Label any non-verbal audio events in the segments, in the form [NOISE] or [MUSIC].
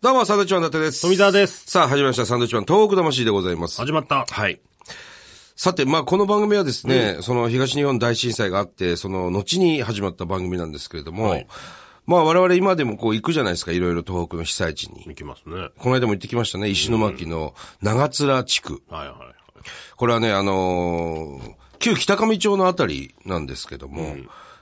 どうも、サンドウィッチマン伊達です。富澤です。さあ、始まりました。サンドウィッチマン東北魂でございます。始まった。はい。さて、まあ、この番組はですね、その東日本大震災があって、その後に始まった番組なんですけれども、まあ、我々今でもこう行くじゃないですか、いろいろ東北の被災地に。行きますね。はいこの間も行ってきましたね、石巻の長面地区。はいはい。これはね、あのー旧北上町のあたりなんですけども、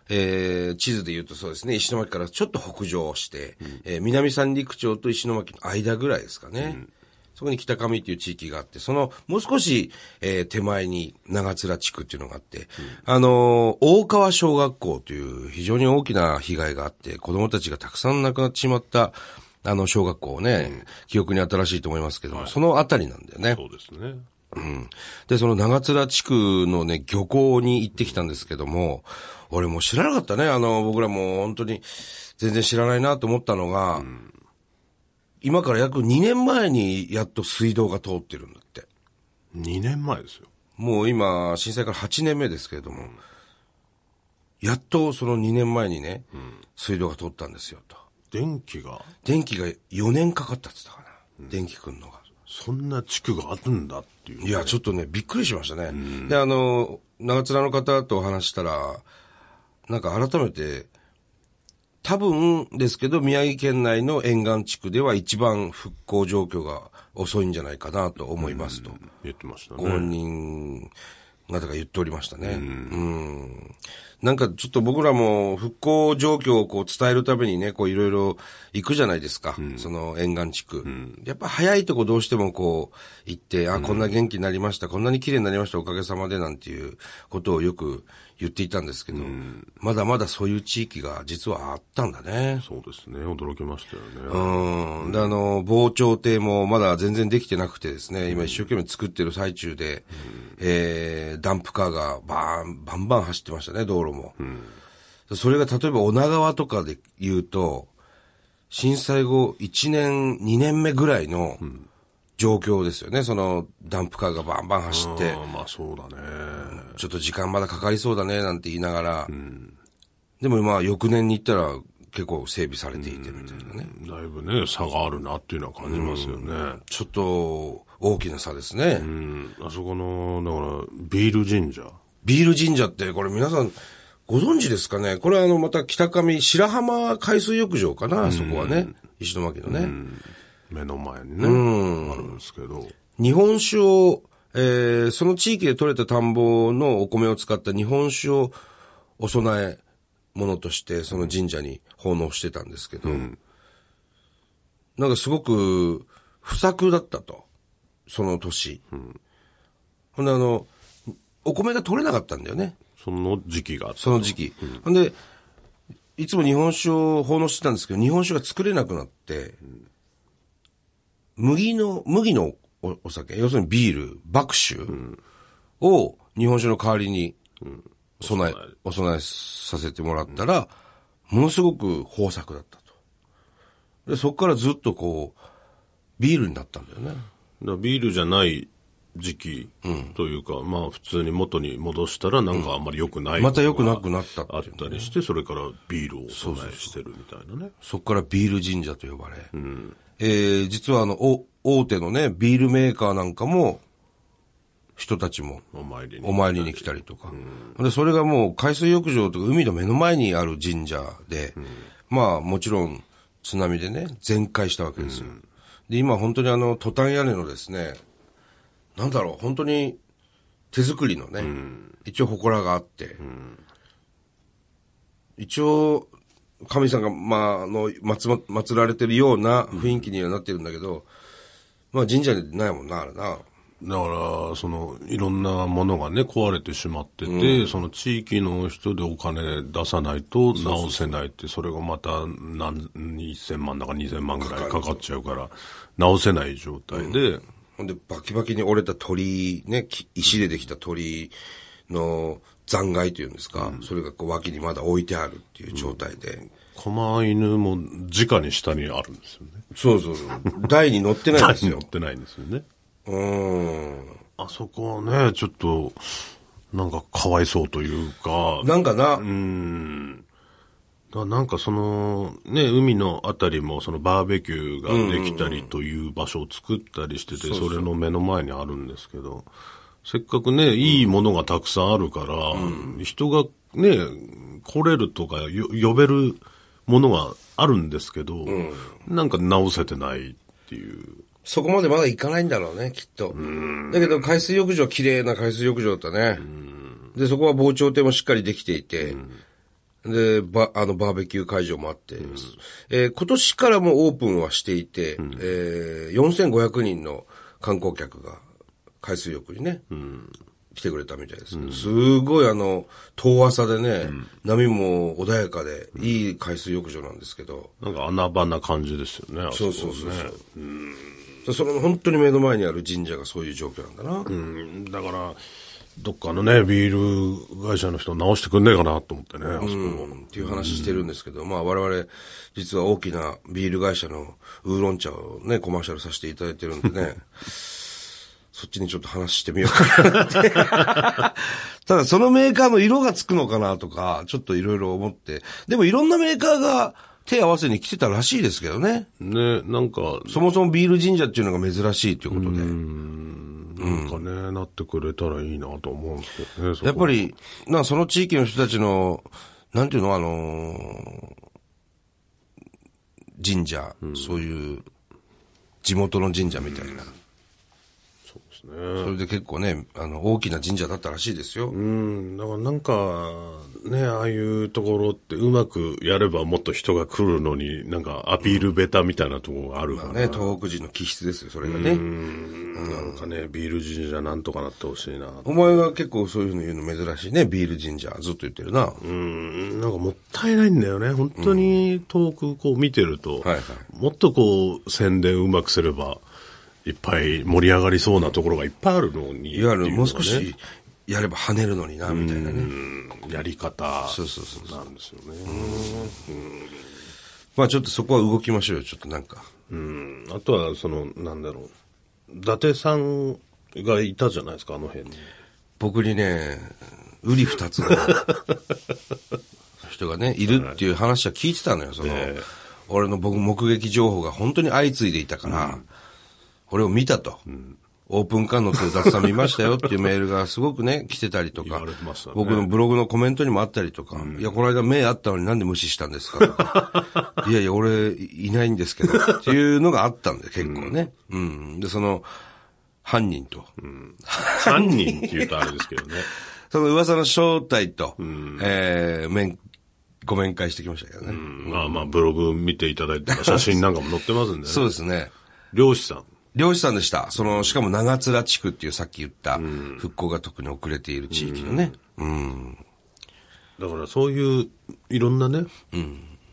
えー、地図で言うとそうですね、石巻からちょっと北上して、えー南三陸町と石巻の間ぐらいですかね。そこに北上っていう地域があって、その、もう少し、えー手前に長面地区っていうのがあって、あのー大川小学校という非常に大きな被害があって、子供たちがたくさん亡くなってしまった、あの、小学校ね、記憶に新しいと思いますけども、そのあたりなんだよね。そうですね。で、その長面地区のね、漁港に行ってきたんですけども、俺もう知らなかったね。あの、僕らもう本当に全然知らないなと思ったのが、今から約2年前にやっと水道が通ってるんだって。 2年前ですよ。もう今、震災から8年目ですけれども、やっとその2年前にね、水道が通ったんですよと。電気が、電気が4年かかったって言ったかな。電気くんのが。そんな地区があるんだっていう。いや、ちょっとね、びっくりしましたね。で、あの、長津田の方とお話したら、なんか改めて、多分ですけど、宮城県内の沿岸地区では一番復興状況が遅いんじゃないかなと思いますと、言ってましたごね。本人方が言っておりましたね。うんなんかちょっと僕らも復興状況をこう伝えるためにね、こういろいろ行くじゃないですか。その沿岸地区、やっぱ早いとこどうしてもこう行って、あ、こんな元気になりました、こんなに綺麗になりました、おかげさまでなんていうことをよく言っていたんですけど、まだまだそういう地域が実はあったんだね。そうですね。驚きましたよね。うん。で、あの、防潮堤もまだ全然できてなくてですね、今一生懸命作ってる最中で、えー、ダンプカーがバーン、バンバン走ってましたね、道路も。それが例えば女川とかで言うと、震災後1年、2年目ぐらいの状況ですよね、そのダンプカーがバンバン走って。ああまあそうだね。ちょっと時間まだかかりそうだね、なんて言いながら。でもまあ翌年に行ったら結構整備されていてみたいなね。だいぶね、差があるなっていうのは感じますよね。ちょっと大きな差ですね。うん。あそこの、だから、ビール神社。ビール神社って、これ皆さん、ご存知ですかねこれはあの、また北上、白浜海水浴場かな、そこはね。石巻のね。目の前にね、あるんですけど。日本酒を、えー、その地域で採れた田んぼのお米を使った日本酒をお供え物として、その神社に奉納してたんですけど、なんかすごく不作だったと。その年。ほんであの、お米が取れなかったんだよね。その時期があって。その時期。ほんで、いつも日本酒を奉納してたんですけど、日本酒が作れなくなって、麦の、麦のおお酒、要するにビール、爆酒を日本酒の代わりに、備え、お供えさせてもらったら、ものすごく豊作だったと。で、そこからずっとこう、ビールになったんだよね。だからビールじゃない時期というか、まあ普通に元に戻したらなんかあんまり良くない、また良くなくなったってあいっうねたりして、それからビールをお供えしてるみたいなね。そこからビール神社と呼ばれ、えー実はあの、お大手のね、ビールメーカーなんかも、人たちもお参りに。お参りに来たりとか。で、それがもう海水浴場とか海の目の前にある神社で、まあもちろん津波でね、全壊したわけですよ。で、今本当にあの、トタン屋根のですね、なんだろう、本当に手作りのね、一応祠があって、一応、神さんが、まあ、あの、祭ま祀られてるような雰囲気にはなってるんだけど、まあ神社でないもんな、あれな。だから、その、いろんなものがね、壊れてしまってて、その地域の人でお金出さないと直せないって、それがまた何、1000万だか2000万ぐらいかかっちゃうから、直せない状態で、ほんで、バキバキに折れた鳥居、ね、き石でできた鳥居の残骸というんですか、それがこう脇にまだ置いてあるっていう状態で。狛犬も直に下にあるんですよね。そうそうそう。台に乗ってないんです [LAUGHS] 乗よっ。てないんですよね。うーん。あそこはね、ちょっと、なんかかわいそうというか、なんかな、うん、だなんかその、ね、海のあたりもそのバーベキューができたりという場所を作ったりしてて、それの目の前にあるんですけど、せっかくね、いいものがたくさんあるから、人がね、来れるとかよ呼べるものがあるんですけど、なんか直せてないっていう。そこまでまだ行かないんだろうね、きっと。だけど、海水浴場、綺麗な海水浴場だったね。で、そこは防潮堤もしっかりできていて、で、ば、あの、バーベキュー会場もあって、えー今年からもオープンはしていて、えー4500人の観光客が海水浴にね、来てくれたみたいです。すごいあの、遠浅でね、波も穏やかで、いい海水浴場なんですけど、なんか穴場な感じですよね。あそうそうそうそう。その本当に目の前にある神社がそういう状況なんだな。うんだから、どっかのね、ビール会社の人直してくんねえかなと思ってね、あそこうんっていう話してるんですけど、まあ我々、実は大きなビール会社のウーロン茶をね、コマーシャルさせていただいてるんでね、そっちにちょっと話してみようかなって。ただそのメーカーの色がつくのかなとか、ちょっといろいろ思って、でもいろんなメーカーが手合わせに来てたらしいですけどね。ね、なんか、そもそもビール神社っていうのが珍しいということで。なんかね、なってくれたらいいなと思うんですけどね、そこやっぱり、な、その地域の人たちの、なんていうの、あのー神社、そういう、地元の神社みたいな。そうですね。それで結構ね、あの、大きな神社だったらしいですよ。うん、だからなんか、ね、ああいうところってうまくやればもっと人が来るのに、なんかアピールベタみたいなところがあるから、ね、東北人の気質ですよ、それがね。なんかね、ビール神社なんとかなってほしいな。お前が結構そういうの言うの珍しいね、ビール神社、ずっと言ってるな。うん、なんかもったいないんだよね。本当に遠くこう見てると、はいはいもっとこう宣伝うまくすれば、いっぱい盛り上がりそうなところがいっぱいあるのに。いわゆっるていのがねもう少し、やれば跳ねるのにな、みたいなね。うんやり方そうそうそうそう。なんですよね。まあちょっとそこは動きましょうよ、ちょっとなんか。うんあとは、その、なんだろう。伊達さんがいたじゃないですか、あの辺に。僕にね、うり二つの人がね、いるっていう話は聞いてたのよ、その、ええ俺の僕目撃情報が本当に相次いでいたから、俺を見たと。オープンカー乗ってる雑さん見ましたよっていうメールがすごくね、来てたりと言かわれてました、ね僕のブログのコメントにもあったりとか、いや、この間目あったのになんで無視したんですかとか [LAUGHS] いやいや、俺いいないんですけど、っていうのがあったんで、結構ね。うん。で、その、犯人と。 3人って言うとあれです [LAUGHS] けどね。その噂の正体と、えー、面、ご面会してきましたけどね。うんまあまあ、ブログ見ていただいたら写真なんかも載ってますんでね。そうですね。漁師さん。漁師さんでした。その、しかも長津地区っていうさっき言った、復興が特に遅れている地域のね。だからそういう、いろんなね、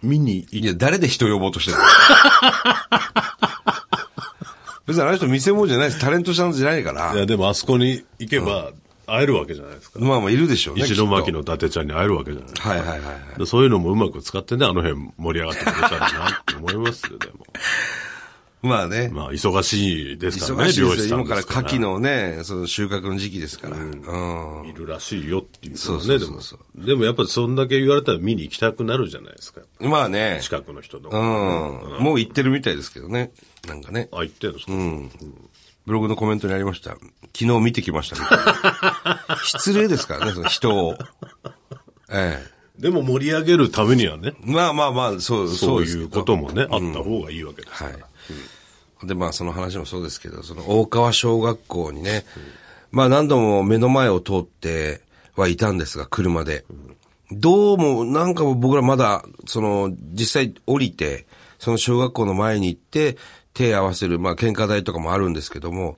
見に行いや、誰で人呼ぼうとしてるの [LAUGHS] 別にあの人見せ物じゃないです。タレントさんじゃないからい。や、でもあそこに行けば会えるわけじゃないですか。まあまあいるでしょうね。石巻きっの伊達ちゃんに会えるわけじゃないですとか。はいはいはいはい。でそういうのもうまく使ってね、あの辺盛り上がってくれたらなって思いますよ、でも。まあね。まあ、忙しいですから忙ね、しい漁で師すさよ。ん今かでらすから。牡蠣のね、その収穫の時期ですから。うんいるらしいよっていうのそうはそうね、でそうもそう。でもやっぱそんだけ言われたら見に行きたくなるじゃないですか。まあね。近くの人とうか。ん。もう行ってるみたいですけどね。なんかね。あ、行ってんですかブログのコメントにありました。昨日見てきましたみたいな [LAUGHS] 失礼ですからね、その人を。ええ。でも盛り上げるためにはね、まあまあまあ、そう、そそううですいけうど。こともね、あった方がいいわけですはから。い。で、まあその話もそうですけど、その大川小学校にね、まあ何度も目の前を通ってはいたんですが、車で。どうも、なんか僕らまだ、その、実際降りて、その小学校の前に行って、手合わせる、まあ喧嘩台とかもあるんですけども、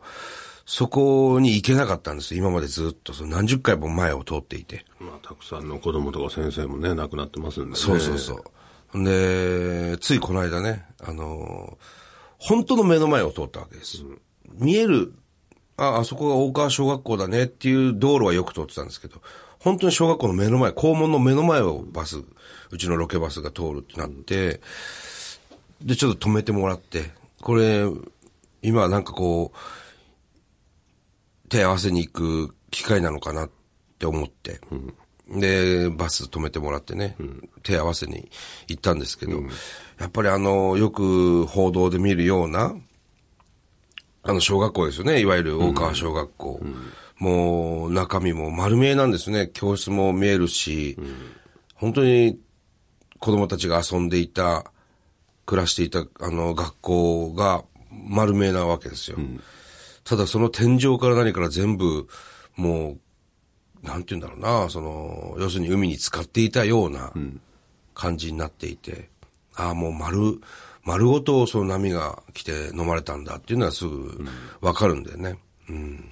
そこに行けなかったんです今までずっと、その何十回も前を通っていて。まあ、たくさんの子供とか先生もね、亡くなってますんでね。そうそうそう。で、ついこの間ね、あのー本当の目の前を通ったわけです。見える、あ、あそこが大川小学校だねっていう道路はよく通ってたんですけど、本当に小学校の目の前、校門の目の前をバス、うちのロケバスが通るってなって、で、ちょっと止めてもらって、これ、今なんかこう、手合わせに行く機会なのかなって思って、で、バス止めてもらってね、手合わせに行ったんですけど、やっぱりあの、よく報道で見るような、あの、小学校ですよね、いわゆる大川小学校。もう、中身も丸見えなんですね。教室も見えるし、本当に子供たちが遊んでいた、暮らしていた、あの、学校が丸見えなわけですよ。ただその天井から何から全部、もう、なんて言うんだろうな、その、要するに海に浸かっていたような感じになっていて、ああ、もう丸、丸ごとその波が来て飲まれたんだっていうのはすぐわかるんだよね。うん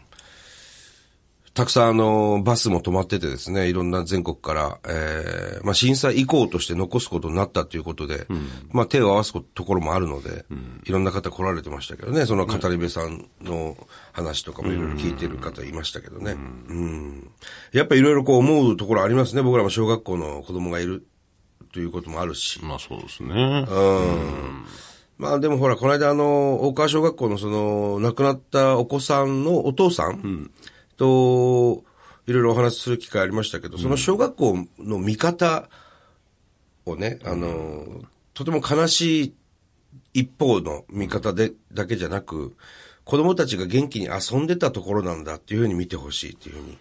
たくさんあの、バスも止まっててですね、いろんな全国から、えー、まあ震災以降として残すことになったということで、まあ手を合わすこところもあるので、いろんな方来られてましたけどね、その語り部さんの話とかもいろいろ聞いてる方いましたけどね。うん。やっぱいろいろこう思うところありますね、僕らも小学校の子供がいるということもあるし。まあそうですね。まあでもほら、この間あの、大川小学校のその、亡くなったお子さんのお父さんと、いろいろお話しする機会ありましたけど、その小学校の見方をね、あの、とても悲しい一方の見方で、だけじゃなく、子供たちが元気に遊んでたところなんだっていうふうに見てほしいっていうふうに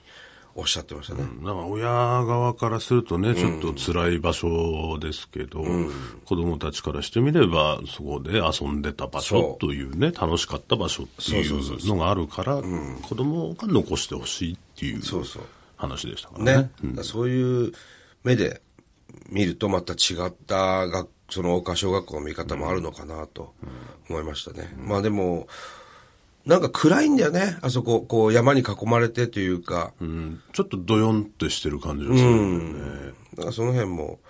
おっしゃってましたね。なんか親側からするとね、ちょっと辛い場所ですけど、子供たちからしてみれば、そこで遊んでた場そう所というね、楽しかった場所っていうのがあるから、子供が残してほしいっていうそうそう話でしたからね。ね。だからそういう目で見るとまた違った学、その大川小学校の見方もあるのかなと思いましたね。まあでも、なんか暗いんだよね。あそこ、こう山に囲まれてというか、うんちょっとドヨンってしてる感じがするんだよね。だからその辺も、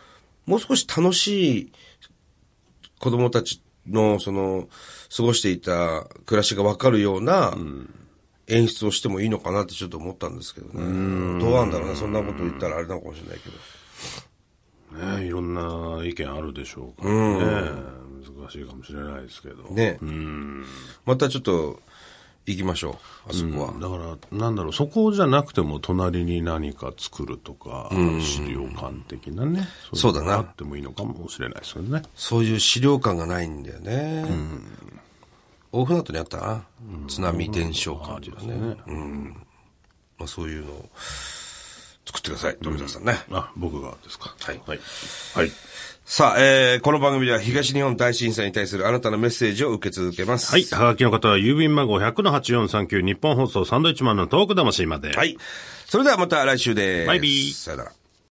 もう少し楽しい子供たちの、その、過ごしていた暮らしがわかるような演出をしてもいいのかなってちょっと思ったんですけどね。どうなんだろうね。そんなこと言ったらあれなのかもしれないけど。ねいろんな意見あるでしょうからね。難しいかもしれないですけど。ね。またちょっと、行きましょう。あそこは。だから、なんだろう、そこじゃなくても、隣に何か作るとか、資料館的なね、そうだいなのがあってもいいのかもしれないですよね。そういう資料館がないんだよね。大船渡にあったかな。津波伝承館っていうのはね。ねまあ、そういうのを作ってください。富田さんね。あ、僕がですか。はいはい。はいさあ、えー、この番組では東日本大震災に対するあなたのメッセージを受け続けます。はい。はがきの方は、郵便番号100-8439、日本放送サンドイッチマンのトーク魂まで。はい。それではまた来週です。バイビーさよなら。